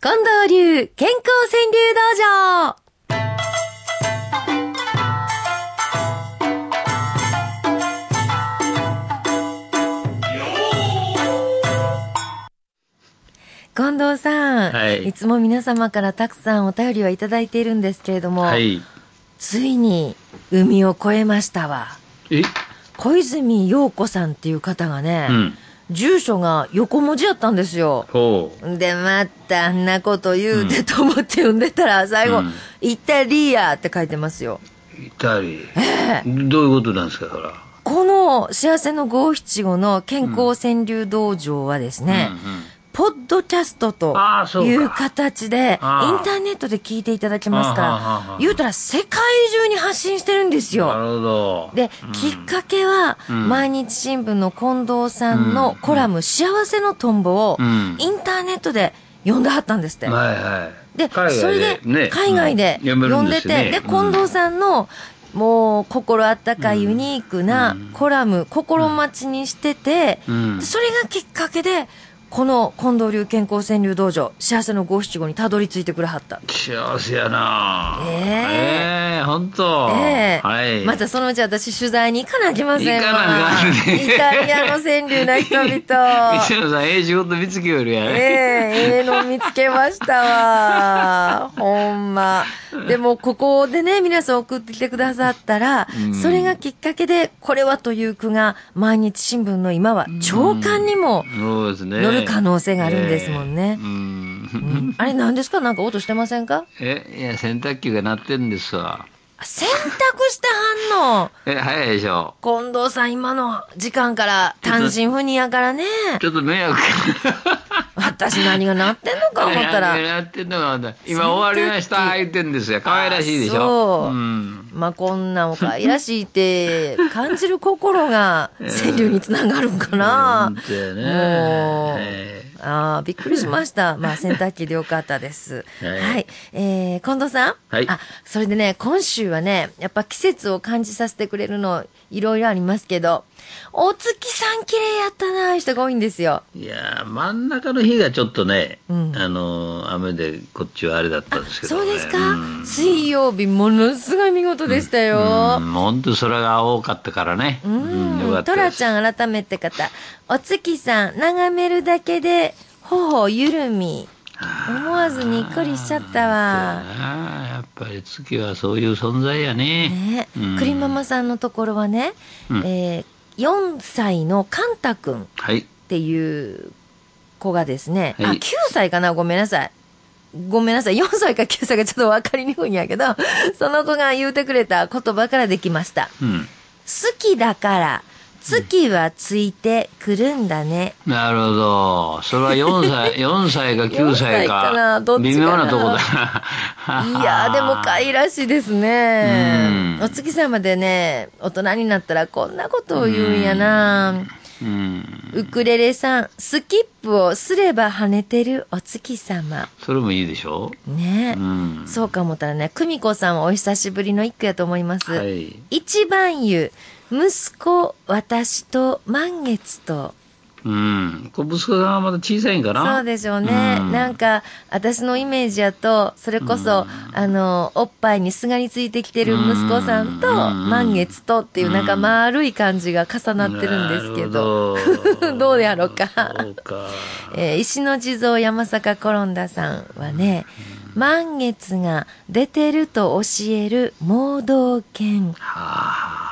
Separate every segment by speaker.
Speaker 1: 近藤流健康川柳道場近藤さん、
Speaker 2: はい
Speaker 1: い、つも皆様からたくさんお便りはいただいているんですけれども、
Speaker 2: はい。
Speaker 1: ついに海を越えましたわ。
Speaker 2: え
Speaker 1: 小泉洋子さんっていう方がね、
Speaker 2: うん。
Speaker 1: 住所が横文字やったんですよ。
Speaker 2: ほう。
Speaker 1: で、またあんなこと言うてと思って読んでたら、最後、
Speaker 2: うん
Speaker 1: イタリアって書いてますよ。
Speaker 2: イ タリア。どういうことなんですか、そら。
Speaker 1: この幸せの五七五の健康川柳道場はですね、
Speaker 2: うんうん
Speaker 1: ポッドキャストと
Speaker 2: あーそうか
Speaker 1: いう形で、インタ
Speaker 2: あー
Speaker 1: ーネットで聞いていただけます
Speaker 2: あーはーはー
Speaker 1: か
Speaker 2: は
Speaker 1: ら、
Speaker 2: ー
Speaker 1: 言うたら世界中に発信してるんです
Speaker 2: な
Speaker 1: よ。
Speaker 2: るほど。
Speaker 1: で、きっかけは、
Speaker 2: ん
Speaker 1: 毎日新聞の近藤さん
Speaker 2: う
Speaker 1: の
Speaker 2: ん
Speaker 1: コラム、幸せのトンボを
Speaker 2: う、ん。
Speaker 1: インターネットで読んではったんですって。
Speaker 2: はいはい。
Speaker 1: で、それで、海外で
Speaker 2: うん読める
Speaker 1: 読ん
Speaker 2: で
Speaker 1: ですて、
Speaker 2: よね
Speaker 1: で、近藤さんの、もう、心あったかいユニークな
Speaker 2: うん
Speaker 1: コラム、心待ちにしてて、
Speaker 2: うん
Speaker 1: でそれがきっかけで、この近藤流健康川柳道場、幸せの五七五にたどり着いてくれはった。
Speaker 2: 幸せやな
Speaker 1: え
Speaker 2: ええ本当
Speaker 1: ええ
Speaker 2: はい。
Speaker 1: またそのうち私取材に行かなきません
Speaker 2: 行かなあかんね
Speaker 1: イタリアの川柳な 人々。
Speaker 2: 西野さん、ええ仕事見つけよるやね。
Speaker 1: ええ、ええの見つけましたわ。ほんま。でも、ここでね、皆さん送ってきてくださったら、
Speaker 2: うん
Speaker 1: それがきっかけで、これはという句が、毎日新聞の今は、朝刊にも、
Speaker 2: そうですね。
Speaker 1: 乗る可能性があるんですもんね
Speaker 2: ええうん
Speaker 1: うんあれ何ですかなんか音してませんか
Speaker 2: え、いや、洗濯機が鳴ってんですわ。
Speaker 1: あ洗濯してはんの。
Speaker 2: え、早いでしょ。
Speaker 1: 近藤さん、今の時間から、単身赴任やからね。
Speaker 2: ちょっと迷惑
Speaker 1: 私何が鳴ってんのか思ったら。
Speaker 2: やってんのがまだ今終わりました、言ってんですよ。可愛らしいでしょ。。
Speaker 1: あそうんまあこんなおかいらしいって感じる心 が川柳につながるんかな
Speaker 2: 本。当やね
Speaker 1: もう
Speaker 2: ええ
Speaker 1: ああ、びっくりしました。まあ、洗濯機でよかったです。
Speaker 2: はい
Speaker 1: はい。えー、近藤さん
Speaker 2: はい
Speaker 1: あ、それでね、今週はね、やっぱ季節を感じさせてくれるの、いろいろありますけど、お月さん綺麗やったな、いう人が多いんですよ。
Speaker 2: いやー、真ん中の日がちょっとね、
Speaker 1: うん
Speaker 2: あのー、雨でこっちはあれだったんですけど、
Speaker 1: そ
Speaker 2: ね。
Speaker 1: うですか、
Speaker 2: うん
Speaker 1: 水曜日、ものすごい見事でしたよ。
Speaker 2: うん、本当空が青かったからね。うよ
Speaker 1: う
Speaker 2: か
Speaker 1: ん、
Speaker 2: った
Speaker 1: トラ
Speaker 2: で
Speaker 1: ち
Speaker 2: す。
Speaker 1: ゃん改めて方、お月さん眺めるだけで頬を緩み、思わずにっこりしちゃったわ。
Speaker 2: ああ、やっぱり月はそういう存在やね。
Speaker 1: ね
Speaker 2: うん、
Speaker 1: 栗ママさんのところはね、
Speaker 2: うん
Speaker 1: えー4歳のカンタくんっ
Speaker 2: はい。
Speaker 1: ていう子がですね、
Speaker 2: は
Speaker 1: あ、
Speaker 2: い
Speaker 1: 9歳かなごめんなさい。ごめんなさい。4歳か9歳かちょっと分かりにくいんやけ ど、その子が言うてくれた言葉からできました。
Speaker 2: うん。
Speaker 1: 好きだから、月はついてくるんだね。
Speaker 2: なるほど。それは4歳、4歳 か9
Speaker 1: 4歳
Speaker 2: 歳
Speaker 1: か
Speaker 2: か。
Speaker 1: などっちかな
Speaker 2: 微妙なとこだな。
Speaker 1: いやー、でも可愛らしいですね。
Speaker 2: うん
Speaker 1: お月様でね、大人になったらこんなことを言うんやな。
Speaker 2: うん。
Speaker 1: ウクレレさん、スキップをすれば跳ねてるお月様。
Speaker 2: それもいいでしょ
Speaker 1: ね
Speaker 2: う、ん。
Speaker 1: そうか思ったらね、久美子さんはお久しぶりの一句やと思います。
Speaker 2: はい。
Speaker 1: 一番湯、息子、私と満月と。
Speaker 2: うん。これ息子さんはまだ小さいんかな
Speaker 1: そうでしょうね。
Speaker 2: うん
Speaker 1: なんか、私のイメージやと、それこそ、あの、おっぱいにすがりついてきてる息子さんと、
Speaker 2: うん
Speaker 1: 満月とっていう、なんか
Speaker 2: うん
Speaker 1: 丸い感じが重なってるんですけど。
Speaker 2: なるほ
Speaker 1: どうやろうか
Speaker 2: そうか。
Speaker 1: えー石の地蔵山坂コロンダさんはね、満月が出てると教える盲導犬。
Speaker 2: はあ。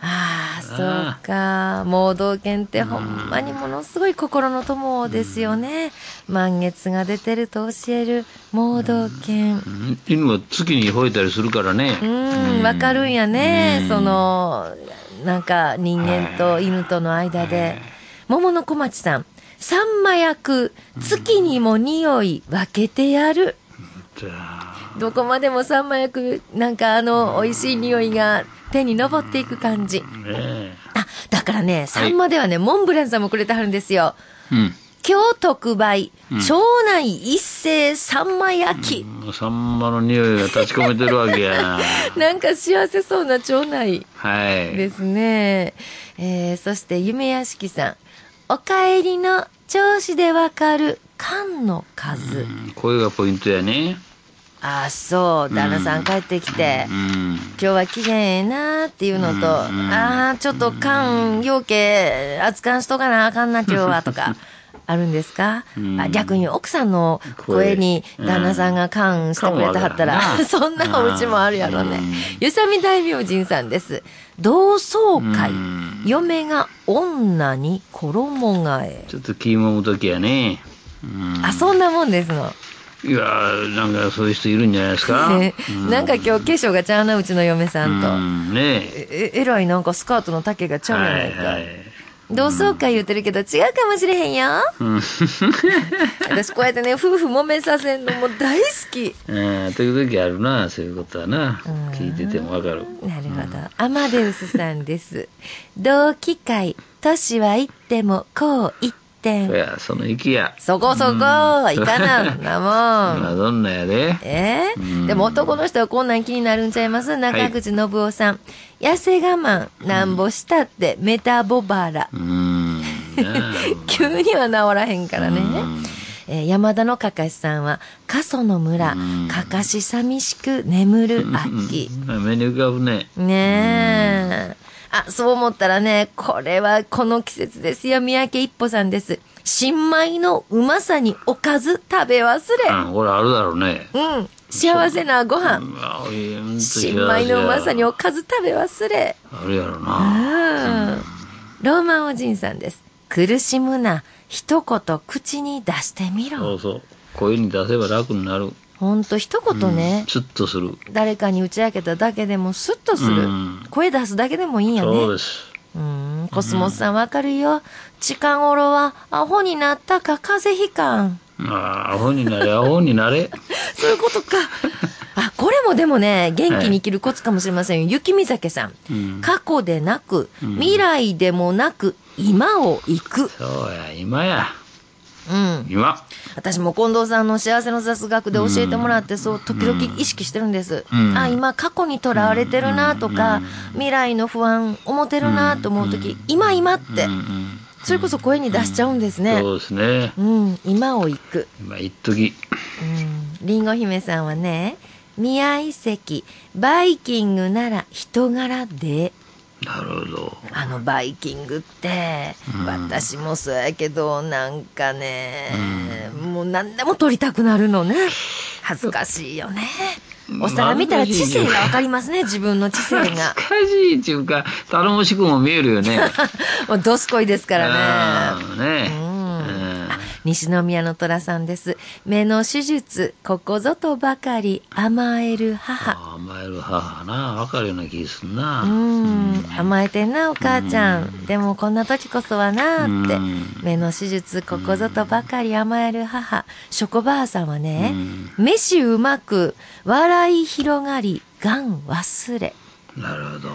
Speaker 1: ああ、そうか。盲導犬ってほんまにものすごい心の友ですよね。満月が出てると教える盲導犬
Speaker 2: う。ん犬は月に吠えたりするからね。
Speaker 1: うん、わかるんやね
Speaker 2: う。ん
Speaker 1: その、なんか人間と犬との間で。桃の小町さん。さんま役、月にも匂い分けてやる。
Speaker 2: じゃあ
Speaker 1: どこまでもさんま役、なんかあの、美味しい匂いが手に上っていく感じ。
Speaker 2: ね
Speaker 1: あ、だからね、サンマではね、モンブランさんもくれてはるんですよ。今日特売、町内一斉サンマ焼き。
Speaker 2: うん。サンマの匂いが立ち込めてるわけやな。
Speaker 1: なんか幸せそうな町内
Speaker 2: はい。
Speaker 1: ですね。えー、そして夢屋敷さん。お帰りの調子でわかる缶の数。
Speaker 2: うんこれがポイントやね。
Speaker 1: ああ、そう。旦那さん帰ってきて、
Speaker 2: うん。
Speaker 1: 今日は期限ええなーっていうのと、ああ、ちょっと缶、容器、扱わんしとかなあかんな今日はと か、あるんですか、
Speaker 2: ん
Speaker 1: あ逆に奥さんの声に
Speaker 2: 声
Speaker 1: 旦那さんが缶してくれてはったら
Speaker 2: 缶はあ、かん な
Speaker 1: そんなお家もあるやろね
Speaker 2: うん。
Speaker 1: ゆさみ大明神さんです。同窓会
Speaker 2: うん、
Speaker 1: 嫁が女に衣替え。
Speaker 2: ちょっと気もむときやね。うん。
Speaker 1: あ、そんなもんですの。
Speaker 2: いやー、なんかそういう人いるんじゃないですか。
Speaker 1: ねなんか今日化粧がちゃうな、うちの嫁さんと。
Speaker 2: うん、ね
Speaker 1: え、ええらいなんかスカートの丈がちゃうやないか。
Speaker 2: はいはい
Speaker 1: 同窓会言ってるけど違うかもしれへんよ。
Speaker 2: うん。
Speaker 1: 私こうやってね、夫婦揉めさせんのも大好き。
Speaker 2: うん、時々あるな、そういうことはな。聞いててもわかる。
Speaker 1: なるほど。アマデウスさんです。同期会、年は行ってもこう一
Speaker 2: い
Speaker 1: 点。
Speaker 2: や、その息や。
Speaker 1: そこそこ、
Speaker 2: うん
Speaker 1: いか なんなもん。
Speaker 2: マドンナやで。
Speaker 1: ええ
Speaker 2: うん
Speaker 1: でも男の人はこんなん気になるんちゃいます中口信夫さん。痩せ我慢、なんぼしたって、メタボバラ。
Speaker 2: うーん。なあ
Speaker 1: 急には治らへんからね。
Speaker 2: うん
Speaker 1: えー山田のかかしさんは、過疎の村
Speaker 2: うん、
Speaker 1: かかし寂しく眠る秋。
Speaker 2: うん目に浮かぶね。
Speaker 1: ねえ。あ、そう思ったらね、これはこの季節ですよ。三宅一歩さんです。新米のうまさにおかず食べ忘れ。
Speaker 2: うん、これあるだろうね。
Speaker 1: うん。幸せなご飯。新
Speaker 2: 新
Speaker 1: 米のうまさにお
Speaker 2: あ
Speaker 1: かず食べ忘れ。
Speaker 2: るやろ
Speaker 1: う
Speaker 2: な。
Speaker 1: ん。ローマンおじんさんです。苦しむな。一言口に出してみ
Speaker 2: そ
Speaker 1: ろ。
Speaker 2: うそう。声に出せば楽になる。
Speaker 1: ほんと一言ね。
Speaker 2: スッとする。
Speaker 1: 誰かに打ち明けただけでもスッとする。
Speaker 2: うん
Speaker 1: 声出すだけでもいいんやね。
Speaker 2: そうです。
Speaker 1: うん、コスモスさんわかるよ。近頃はアホになったか風邪ひかん。
Speaker 2: まあ、アホになれ、アホになれ。
Speaker 1: そういうことか。 あ、これもでもね、元気に生きるコツかもしれませんよ。雪見酒さん。
Speaker 2: うん
Speaker 1: 過去でなく、
Speaker 2: うん
Speaker 1: 未来でもなく、今を行く。
Speaker 2: そうや、今や。
Speaker 1: うん。
Speaker 2: 今。
Speaker 1: 私も近藤さんの幸せの雑学で教えてもらって、そう、時々意識してるんです。
Speaker 2: うん
Speaker 1: あ、今過去にとらわれてるなとか、未来の不安、思ってるなと思うとき、今今って
Speaker 2: うん、うん
Speaker 1: それこそ声に出しちゃうんですね。
Speaker 2: そうですね。
Speaker 1: うん、今を行く。
Speaker 2: 今、一時。
Speaker 1: うん、りんご姫さんはね、宮遺跡、バイキングなら人柄で、
Speaker 2: なるほど。
Speaker 1: あのバイキングって、
Speaker 2: うん
Speaker 1: 私もそうやけど、なんかね、もう何でも取りたくなるのね。恥ずかしいよね。お皿見たら知性がわかりますね、自分の知性が。
Speaker 2: しかしいっていうか、頼もしくも見えるよね。
Speaker 1: もうどすこいですからね。
Speaker 2: うんね
Speaker 1: うん西宮の虎さんです。目の手術、ここぞとばかり甘える母。
Speaker 2: うん甘える母な、わかるような気すんな。
Speaker 1: うん、甘えてんな、お母ちゃん。でもこんな時こそはなーって。
Speaker 2: うん
Speaker 1: 目の手術、ここぞとばかり甘える母。ショコバーさんはね、飯うまく、笑い広がり、がん忘れ。
Speaker 2: なるほど。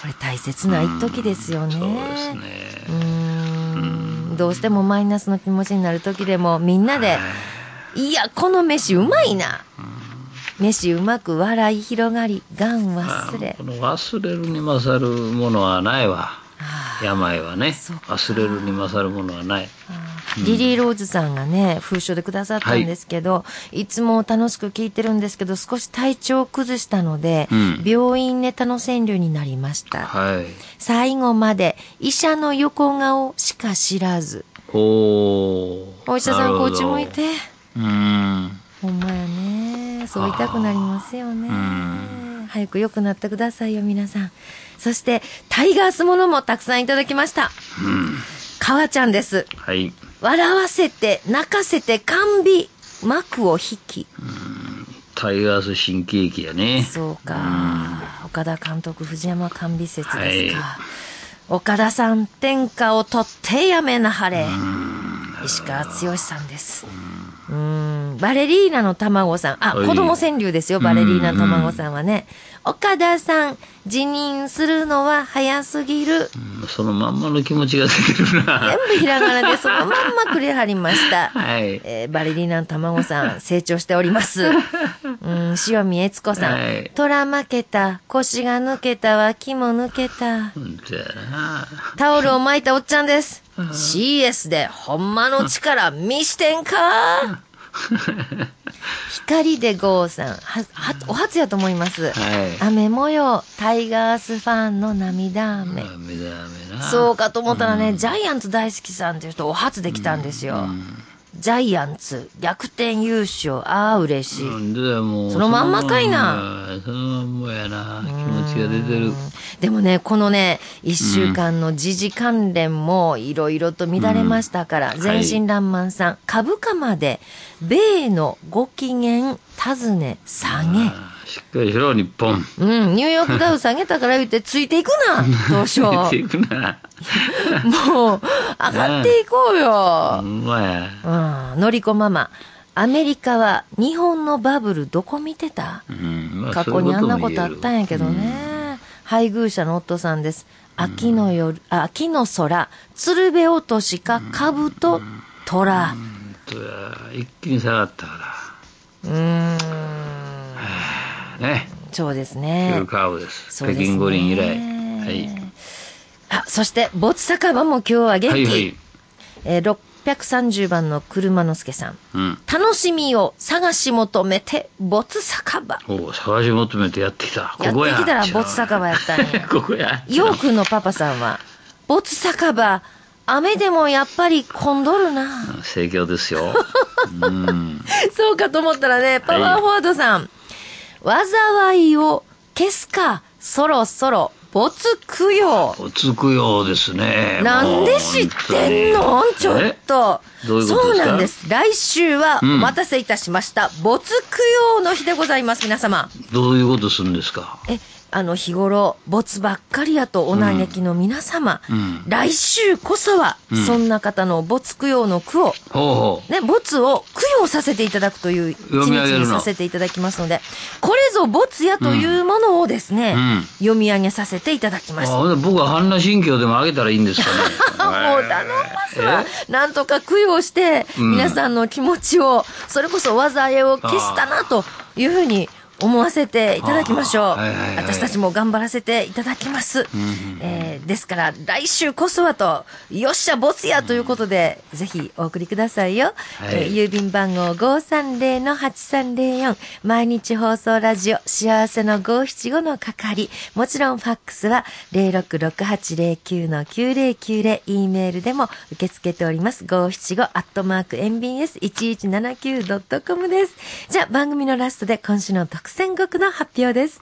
Speaker 1: これ大切な一時ですよね。
Speaker 2: そうですね。
Speaker 1: うーんどうしてもマイナスの気持ちになる時でもみんなで、いや、この飯うまいな。飯うまく笑い広がり、がん忘
Speaker 2: あ
Speaker 1: れ。
Speaker 2: この忘れるに勝るものはないわ。
Speaker 1: あ
Speaker 2: 病はね
Speaker 1: そう。か
Speaker 2: 忘れるに勝るものはない。
Speaker 1: ーリリー・ローズさんがね、封書でくださったんですけど、い、つも楽しく聞いてるんですけど、少し体調を崩したので、
Speaker 2: うん
Speaker 1: 病院ネタの川柳になりました。
Speaker 2: はい。
Speaker 1: 最後まで医者の横顔しか知らず。
Speaker 2: おー
Speaker 1: お医者さん、こっち向い。
Speaker 2: なる
Speaker 1: て。
Speaker 2: ほどうん。
Speaker 1: ほんまやね。そう痛くなりますよね
Speaker 2: う。
Speaker 1: 早く良くなってくださいよ、皆さん。そして、タイガースものもたくさんいただきました。かわちゃんです。
Speaker 2: はい。
Speaker 1: 笑わせて、泣かせて、甘美。幕を引き。
Speaker 2: タイガース新喜劇やね。
Speaker 1: そうか。岡田監督、藤山甘美説ですか。
Speaker 2: は
Speaker 1: 岡田さん、天下を取ってやめなはれ。石川剛さんです。うーん、バレリーナの卵さん。あ、
Speaker 2: はい
Speaker 1: 子供川柳ですよ、バレリーナ卵さんはね。岡田さん、辞任するのは早すぎる。
Speaker 2: うんそのまんまの気持ちが出てるな
Speaker 1: 全。部ひらがなでそのまんまくれはりまし た。
Speaker 2: はい。
Speaker 1: えーバレリーナの卵さん、成長しております。うん、塩見悦子さん。
Speaker 2: はい
Speaker 1: 虎負けた、腰が抜けた、脇も抜けた。
Speaker 2: 本当やな。
Speaker 1: タオルを巻いたおっちゃんです。 CS でほんまの力見してん か光で郷さんははお初やと思います、
Speaker 2: はい
Speaker 1: 雨模様タイガースファンの涙雨、
Speaker 2: あ目覚めな
Speaker 1: そうかと思ったらね、ジャイアンツ大好きさんっていう人お初できたんですよ、ジャイアンツ逆転優勝ああ嬉しい、
Speaker 2: うんでもう
Speaker 1: そのまんまかいな
Speaker 2: そのまんまやな気持ちが出てる
Speaker 1: でもね、このね、一週間の時事関連もいろいろと乱れましたから、
Speaker 2: うん
Speaker 1: 全身乱漫さん、株価まで、米のご機嫌、尋ね、下げ。
Speaker 2: しっかりしろ日本
Speaker 1: うん、ニューヨークダウ下げたから言って、ついていく な、当初。
Speaker 2: 出ていくな
Speaker 1: もう、上がっていこう
Speaker 2: ほ
Speaker 1: よ。
Speaker 2: んまや
Speaker 1: うん、のりこママ、アメリカは日本のバブルどこ見てた
Speaker 2: うんま
Speaker 1: 過去にあんなことあったんやけど
Speaker 2: そういうことも言える
Speaker 1: ね。配偶者の夫さんです。秋の夜、あ秋の空、鶴瓶落としか、株と虎。
Speaker 2: うんうん一気に下がったか
Speaker 1: うーん、
Speaker 2: らね
Speaker 1: そうです
Speaker 2: フ
Speaker 1: ね
Speaker 2: ル。カーブです
Speaker 1: そうですね
Speaker 2: 北京五輪以来はい
Speaker 1: あ、そして、没酒場も今日は元気。
Speaker 2: はいはい
Speaker 1: えー630番の車之助さん。
Speaker 2: うん
Speaker 1: 楽しみを探し求めて、没酒場。
Speaker 2: おう探し求めてやってきたここや
Speaker 1: やってきたら没酒場やったんや
Speaker 2: ここや
Speaker 1: ヨーくんのパパさんは、没酒場、雨でもやっぱり混んどるな。
Speaker 2: 盛況ですようん
Speaker 1: そうかと思ったらね、パワーフォワードさん。災いを消すか、そろそろ、没供養。
Speaker 2: おつくようですね
Speaker 1: なんで知ってんの
Speaker 2: もう
Speaker 1: ちょっと。
Speaker 2: えどういう
Speaker 1: そ
Speaker 2: ことですか
Speaker 1: うなんです。来週は、お
Speaker 2: うん
Speaker 1: 待たせいたしました。没供養の日でございます、皆様。
Speaker 2: えどういうことするんですか
Speaker 1: え、あの、日頃、没ばっかりやとお嘆きの皆様。
Speaker 2: うん
Speaker 1: 来週こそは、
Speaker 2: ん
Speaker 1: そんな方の没供養の句を、
Speaker 2: ほうほう
Speaker 1: ね、没を供養させていただくという一
Speaker 2: 読み上げ
Speaker 1: 日
Speaker 2: る
Speaker 1: に
Speaker 2: の
Speaker 1: させていただきますので、これぞ没やというものをですね、
Speaker 2: うん
Speaker 1: 読み上げさせていただき
Speaker 2: あ
Speaker 1: ます。
Speaker 2: ほんで僕は半裸心経でもあげたらいいんですかね
Speaker 1: もう頼んますわ。なんとか供養して、
Speaker 2: うん
Speaker 1: 皆さんの気持ちを、それこそ災いを消したなというふうに思わせていただきましょう。
Speaker 2: あーはいはいはい
Speaker 1: 私たちも頑張らせていただきます。えーですから、来週こそはと、よっしゃ、没やということで、ぜひお送りくださいよ。
Speaker 2: はい
Speaker 1: えー郵便番号530-8304毎日放送ラジオ幸せの575の係もちろんファックスは066809-9090 E メールでも受け付けております575アットマーク mbs1179.com ですじゃあ番組のラストで今週の特選国の発表です